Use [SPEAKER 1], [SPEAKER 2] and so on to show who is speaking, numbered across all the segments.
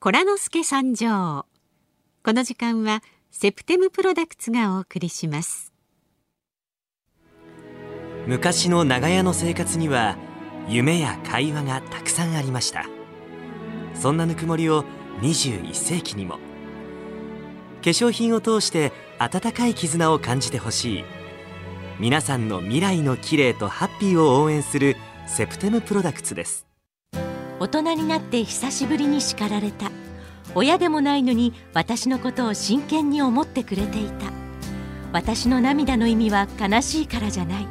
[SPEAKER 1] コラノスケ参上この時間はセプテムプロダクツがお送りします
[SPEAKER 2] 昔の長屋の生活には夢や会話がたくさんありましたそんなぬくもりを21世紀にも化粧品を通して温かい絆を感じてほしい皆さんの未来の綺麗とハッピーを応援するセプテムプロダクツです
[SPEAKER 3] 大人になって久しぶりに叱られた親でもないのに私のことを真剣に思ってくれていた私の涙の意味は悲しいからじゃない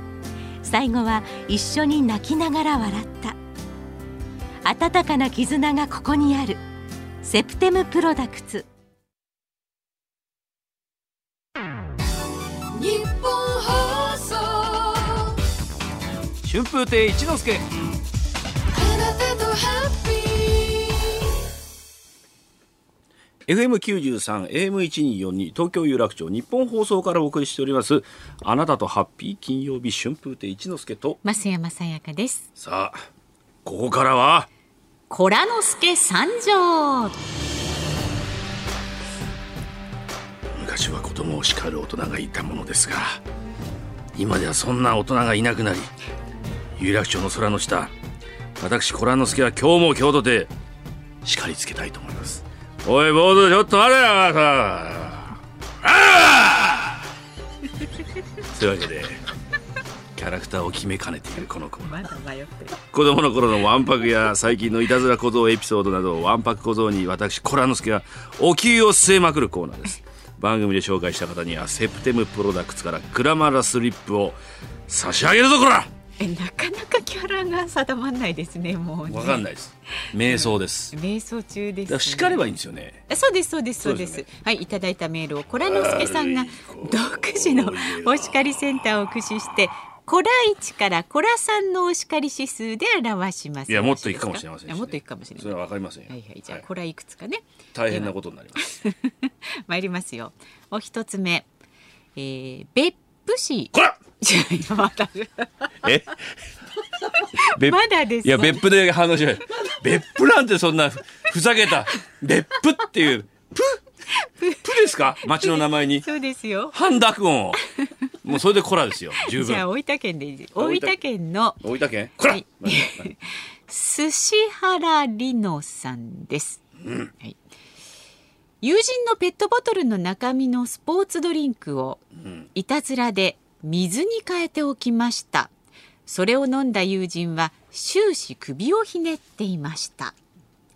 [SPEAKER 3] 最後は一緒に泣きながら笑った温かな絆がここにあるセプテムプロダクツ
[SPEAKER 4] 日本放送あ
[SPEAKER 5] 春風亭一之輔
[SPEAKER 4] なたとハッピー
[SPEAKER 6] FM93、AM1242、東京有楽町、日本放送からお送りしております。あなたとハッピー金曜日春風亭一之輔と、
[SPEAKER 1] 増山さやかです
[SPEAKER 6] さあ、ここからは、
[SPEAKER 1] コラノスケ参上
[SPEAKER 6] 昔は子供を叱る大人がいたものですが、今ではそんな大人がいなくなり、有楽町の空の下、私、コラノスケは今日も京都で、叱りつけたいと思います。おい、坊主、ちょっとあれやさああ というわけで、キャラクターを決めかねているこのコーナー子供の頃のわんぱくや最近のいたずら小僧エピソードなどわんぱく小僧に私コラノスケがお給を据えまくるコーナーです番組で紹介した方にはセプテムプロダクツからグラマラスリップを差し上げるぞこら
[SPEAKER 1] えなかなかキャラが定まんないですねもうね
[SPEAKER 6] わかんないです瞑想ですだ
[SPEAKER 1] 瞑想中です、
[SPEAKER 6] から叱ればいいんですよね
[SPEAKER 1] あそうですそうですそうです
[SPEAKER 6] そうで
[SPEAKER 1] はいいただいたメールをコラノスケさんが独自のお叱りセンターを駆使してコラ1からコラ3のお叱り指数で表します
[SPEAKER 6] いやもっといくかもしれませんし
[SPEAKER 1] い
[SPEAKER 6] ね
[SPEAKER 1] やもっといくかもしれ
[SPEAKER 6] そ
[SPEAKER 1] ない
[SPEAKER 6] れ
[SPEAKER 1] は
[SPEAKER 6] はわかりませんよ、
[SPEAKER 1] いはいじゃあ
[SPEAKER 6] はい
[SPEAKER 1] コラいくつかね
[SPEAKER 6] 大変なことになります
[SPEAKER 1] 参りますよお一つ目、えー、別府市
[SPEAKER 6] こら
[SPEAKER 1] いやいやまだ
[SPEAKER 6] え別
[SPEAKER 1] まだです
[SPEAKER 6] いや、別府で反応しない。別府なんてそんなふふざけた、別府っていう、ププですか町の名前に。
[SPEAKER 1] そうですよ
[SPEAKER 6] 半濁音を。もうそれでコラですよ。十
[SPEAKER 1] じゃあ
[SPEAKER 6] 分。
[SPEAKER 1] 大分県でいいです
[SPEAKER 6] あ
[SPEAKER 1] 大
[SPEAKER 6] 大分
[SPEAKER 1] 分県の
[SPEAKER 6] 大分県コラ、
[SPEAKER 1] はい寿司原里乃さんです、はい、友人のペットボトルの中身のスポーツドリンクをいたずらで水に変えておきましたそれを飲んだ友人は終始首をひねっていました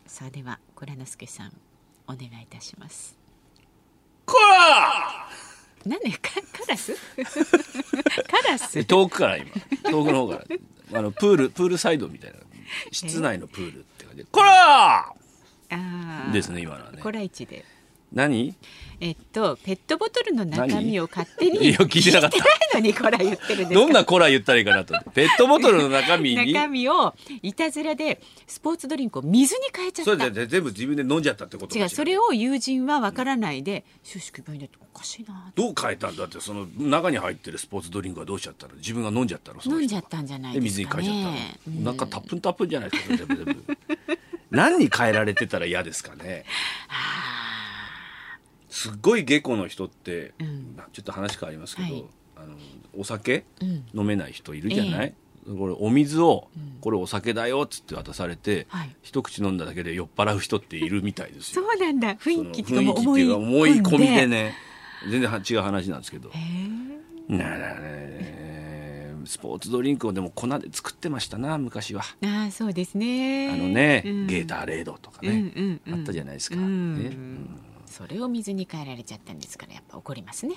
[SPEAKER 1] さあではコラノスケさんお願いいたします
[SPEAKER 6] コラ
[SPEAKER 1] なんでカカラ スカラス
[SPEAKER 6] 遠くから今。遠くの方から。あの、プール、プールサイドみたいな。室内のプールって感じで。コラ
[SPEAKER 1] あー
[SPEAKER 6] ですね、今のはね
[SPEAKER 1] コ。ライチで
[SPEAKER 6] 何
[SPEAKER 1] えっとペットボトルの中身を勝手
[SPEAKER 6] い
[SPEAKER 1] に
[SPEAKER 6] や、聞いてなかっ。
[SPEAKER 1] 言ったてないのにコラ言ってるんです
[SPEAKER 6] どんなコラ言ったらいいかなと思って。ペットボトルの中身に。
[SPEAKER 1] 中身をいたずらでスポーツドリンクを水に変えちゃっ
[SPEAKER 6] そ
[SPEAKER 1] た
[SPEAKER 6] れで全部自分で飲んじゃったってことかし
[SPEAKER 1] 違
[SPEAKER 6] ら
[SPEAKER 1] うそれを友人はわからないで収縮病になっておかしいな
[SPEAKER 6] どう変えたんだってその中に入ってるスポーツドリンクはどうしちゃったの自分が飲んじゃったのその
[SPEAKER 1] 飲
[SPEAKER 6] 人
[SPEAKER 1] んじゃったんじゃない
[SPEAKER 6] で
[SPEAKER 1] です
[SPEAKER 6] 水に
[SPEAKER 1] か
[SPEAKER 6] 変えちゃ
[SPEAKER 1] ね
[SPEAKER 6] ったの、なんかたっぷんたっぷんじゃないですかそれ全部何に変えられてたら嫌ですかねすっごい下戸の人って、
[SPEAKER 1] ん
[SPEAKER 6] ちょっと話変わりますけど、
[SPEAKER 1] はい
[SPEAKER 6] あのお酒、
[SPEAKER 1] ん
[SPEAKER 6] 飲めない人いるじゃない、これお水を、これお酒だよっつって渡されて、
[SPEAKER 1] はい
[SPEAKER 6] 一口飲んだだけで酔っ払う人っているみたいですよ
[SPEAKER 1] そうなんだ雰囲気とかも
[SPEAKER 6] その
[SPEAKER 1] 思い
[SPEAKER 6] 雰囲気ってうか思い込みで
[SPEAKER 1] ね
[SPEAKER 6] ね全然は違う話なんですけど
[SPEAKER 1] へー
[SPEAKER 6] ならねスポーツドリンクをでも粉で作ってましたな昔は
[SPEAKER 1] ああそうです
[SPEAKER 6] あ
[SPEAKER 1] ね
[SPEAKER 6] のね、
[SPEAKER 1] うん
[SPEAKER 6] ゲーターレードとかね、
[SPEAKER 1] うんうんうん
[SPEAKER 6] あったじゃないですか、
[SPEAKER 1] うん
[SPEAKER 6] ね
[SPEAKER 1] それを水に変えられちゃったんですからやっぱ怒りますね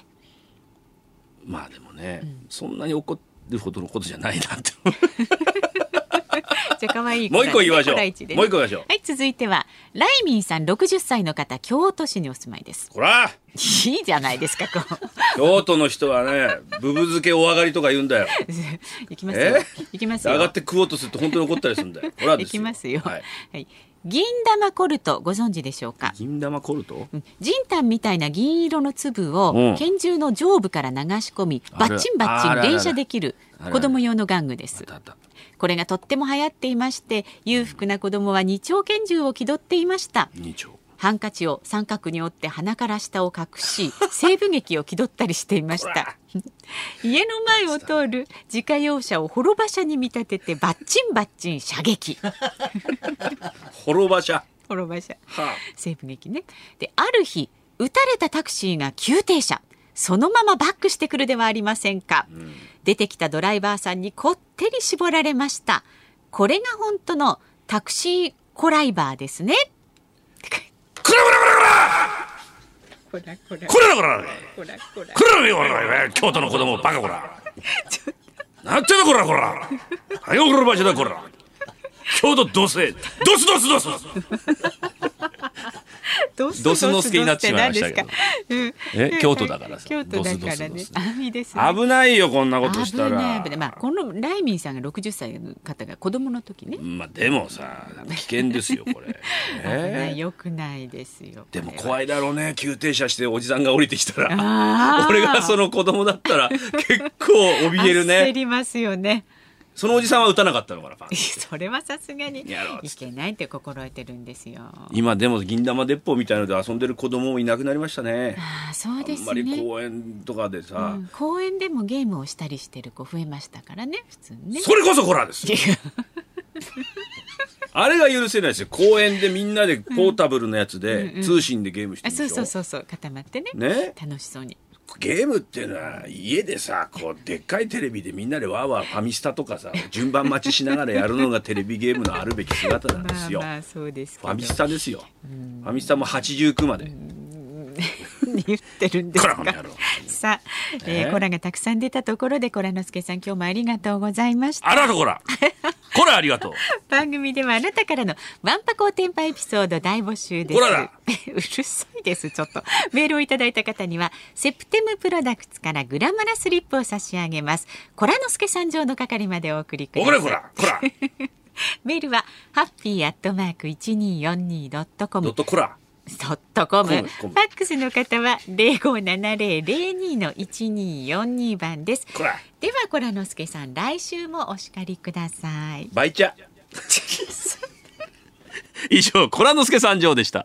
[SPEAKER 6] まあでもね、そんなに怒るほどのことじゃないな って
[SPEAKER 1] じゃあ可愛い
[SPEAKER 6] もう一個言いましょう
[SPEAKER 1] コライチでね
[SPEAKER 6] もう一個言いましょう
[SPEAKER 1] はい続いてはライミンさん60歳の方京都市にお住まいです
[SPEAKER 6] ほら
[SPEAKER 1] いいじゃないですか、こう。
[SPEAKER 6] 京都の人はねぶぶ漬けお上がりとか言うんだよ
[SPEAKER 1] いきますよ
[SPEAKER 6] え。
[SPEAKER 1] いきますよ。
[SPEAKER 6] 上がって食おうとすると本当に怒ったりするんだよほ らで
[SPEAKER 1] い
[SPEAKER 6] す
[SPEAKER 1] きますよ。
[SPEAKER 6] は
[SPEAKER 1] はいい、銀玉コルト、ご存知でしょうか。
[SPEAKER 6] 銀玉コルト
[SPEAKER 1] うんじんたんみたいな銀色の粒
[SPEAKER 6] う
[SPEAKER 1] を
[SPEAKER 6] ん
[SPEAKER 1] 拳銃の上部から流し込み、
[SPEAKER 6] あ
[SPEAKER 1] バ
[SPEAKER 6] る
[SPEAKER 1] ッチンバッチ
[SPEAKER 6] あ
[SPEAKER 1] ン
[SPEAKER 6] ららら
[SPEAKER 1] 連射できる
[SPEAKER 6] あらら
[SPEAKER 1] 子供用の玩具です。
[SPEAKER 6] あったあっ
[SPEAKER 1] これがとっても流行っていまして、裕福な子供は二丁拳銃を気取っていました。
[SPEAKER 6] た二丁
[SPEAKER 1] ハンカチを三角に折って鼻から下を隠し 西部劇を気取ったりしていました家の前を通る自家用車を滅馬車に見立ててバッチンバッチン射撃
[SPEAKER 6] 滅馬車
[SPEAKER 1] 滅馬車
[SPEAKER 6] は
[SPEAKER 1] 西部劇ねである日撃たれたタクシーが急停車そのままバックしてくるではありませんか、出てきたドライバーさんにこってり絞られましたこれが本当のタクシーコライバーですね
[SPEAKER 6] あこらこら
[SPEAKER 1] こ
[SPEAKER 6] こら
[SPEAKER 1] らこら
[SPEAKER 6] こらこらこら
[SPEAKER 1] こらこら
[SPEAKER 6] こらこらこらこら京都の子供バカこらなんちゃだこらこら何がこの場所だこら京都どうせどすどすどす
[SPEAKER 1] ドス
[SPEAKER 7] ドスの助になっちまいましたけど
[SPEAKER 1] ドスって何ですかうん
[SPEAKER 7] え京都だからさ
[SPEAKER 1] 京都だからね
[SPEAKER 7] ドスドスドス
[SPEAKER 1] 網ですね
[SPEAKER 6] 危ないよこんなことし
[SPEAKER 1] 危
[SPEAKER 6] た
[SPEAKER 1] な
[SPEAKER 6] ら
[SPEAKER 1] い危ないまあこのライミンさんが60歳の方が子供の時ね、
[SPEAKER 6] まあでもさ危険ですよこれ、
[SPEAKER 1] 危ない
[SPEAKER 6] え
[SPEAKER 1] よくないですよ
[SPEAKER 6] でも
[SPEAKER 1] これは
[SPEAKER 6] 怖いだろうね急停車しておじさんが降りてきたら
[SPEAKER 1] あー
[SPEAKER 7] 俺がその子供だったら結構怯える
[SPEAKER 1] 焦
[SPEAKER 7] ね
[SPEAKER 1] りますよね
[SPEAKER 7] そのおじさんは打たなかったのかなパン
[SPEAKER 1] それはさすがにい
[SPEAKER 6] やろうっつっ
[SPEAKER 1] けないって心得てるんですよあ
[SPEAKER 7] 今でも銀玉鉄砲みたいので遊んでる子供もいなくなりましたね
[SPEAKER 1] あそうで
[SPEAKER 7] あん
[SPEAKER 1] す
[SPEAKER 7] まり
[SPEAKER 1] ね
[SPEAKER 7] 公園とかで
[SPEAKER 1] う
[SPEAKER 7] さ、
[SPEAKER 1] ん公園でもゲームをしたりしてる子増えましたからね普通ね
[SPEAKER 7] それこそこらですよ あれが許せないですよ公園でみんなでポータブルのやつで、
[SPEAKER 1] うんうん
[SPEAKER 7] 通信でゲームして
[SPEAKER 1] あ
[SPEAKER 7] るでし
[SPEAKER 1] そ
[SPEAKER 7] ょ
[SPEAKER 1] うそうそうそう固まってね
[SPEAKER 7] ね
[SPEAKER 1] 楽しそうに
[SPEAKER 7] ゲームっていうのは家でさこうでっかいテレビでみんなでわーわーファミスタとかさ順番待ちしながらやるのがテレビゲームのあるべき姿なんで
[SPEAKER 1] ますあ
[SPEAKER 7] よ、
[SPEAKER 1] まあそうです
[SPEAKER 7] フ
[SPEAKER 1] けど
[SPEAKER 7] ァミスタですよファミスタも89まで、
[SPEAKER 1] 言ってるんです
[SPEAKER 6] こらこの
[SPEAKER 1] か
[SPEAKER 6] 野郎
[SPEAKER 1] さあ、えー
[SPEAKER 7] ね
[SPEAKER 1] コラがたくさん出たところでコラのすけさん今日もありがとうございました
[SPEAKER 6] あらとこらこらありがとう
[SPEAKER 1] 番組ではあなたからのワンパコおてんぱエピソード大募集です。
[SPEAKER 6] こらだ
[SPEAKER 1] うるさいです、ちょっと。メールをいただいた方には、セプテムプロダクツからグラマラスリップを差し上げます。コラノスケ参上の係までお送り くだ
[SPEAKER 6] こ
[SPEAKER 1] さい。
[SPEAKER 6] らこらこら
[SPEAKER 1] メールは、ハッピーアットマーク 1242.com
[SPEAKER 6] ドッ。トこら
[SPEAKER 1] ドットコム。フ
[SPEAKER 6] コ
[SPEAKER 1] ァ
[SPEAKER 6] ムコム
[SPEAKER 1] ックスの方は、0570-02の1242番です。
[SPEAKER 6] こら
[SPEAKER 1] では、コラノスケさん、来週もお叱りください。
[SPEAKER 7] バイチャ 以上コラノスケ参上でした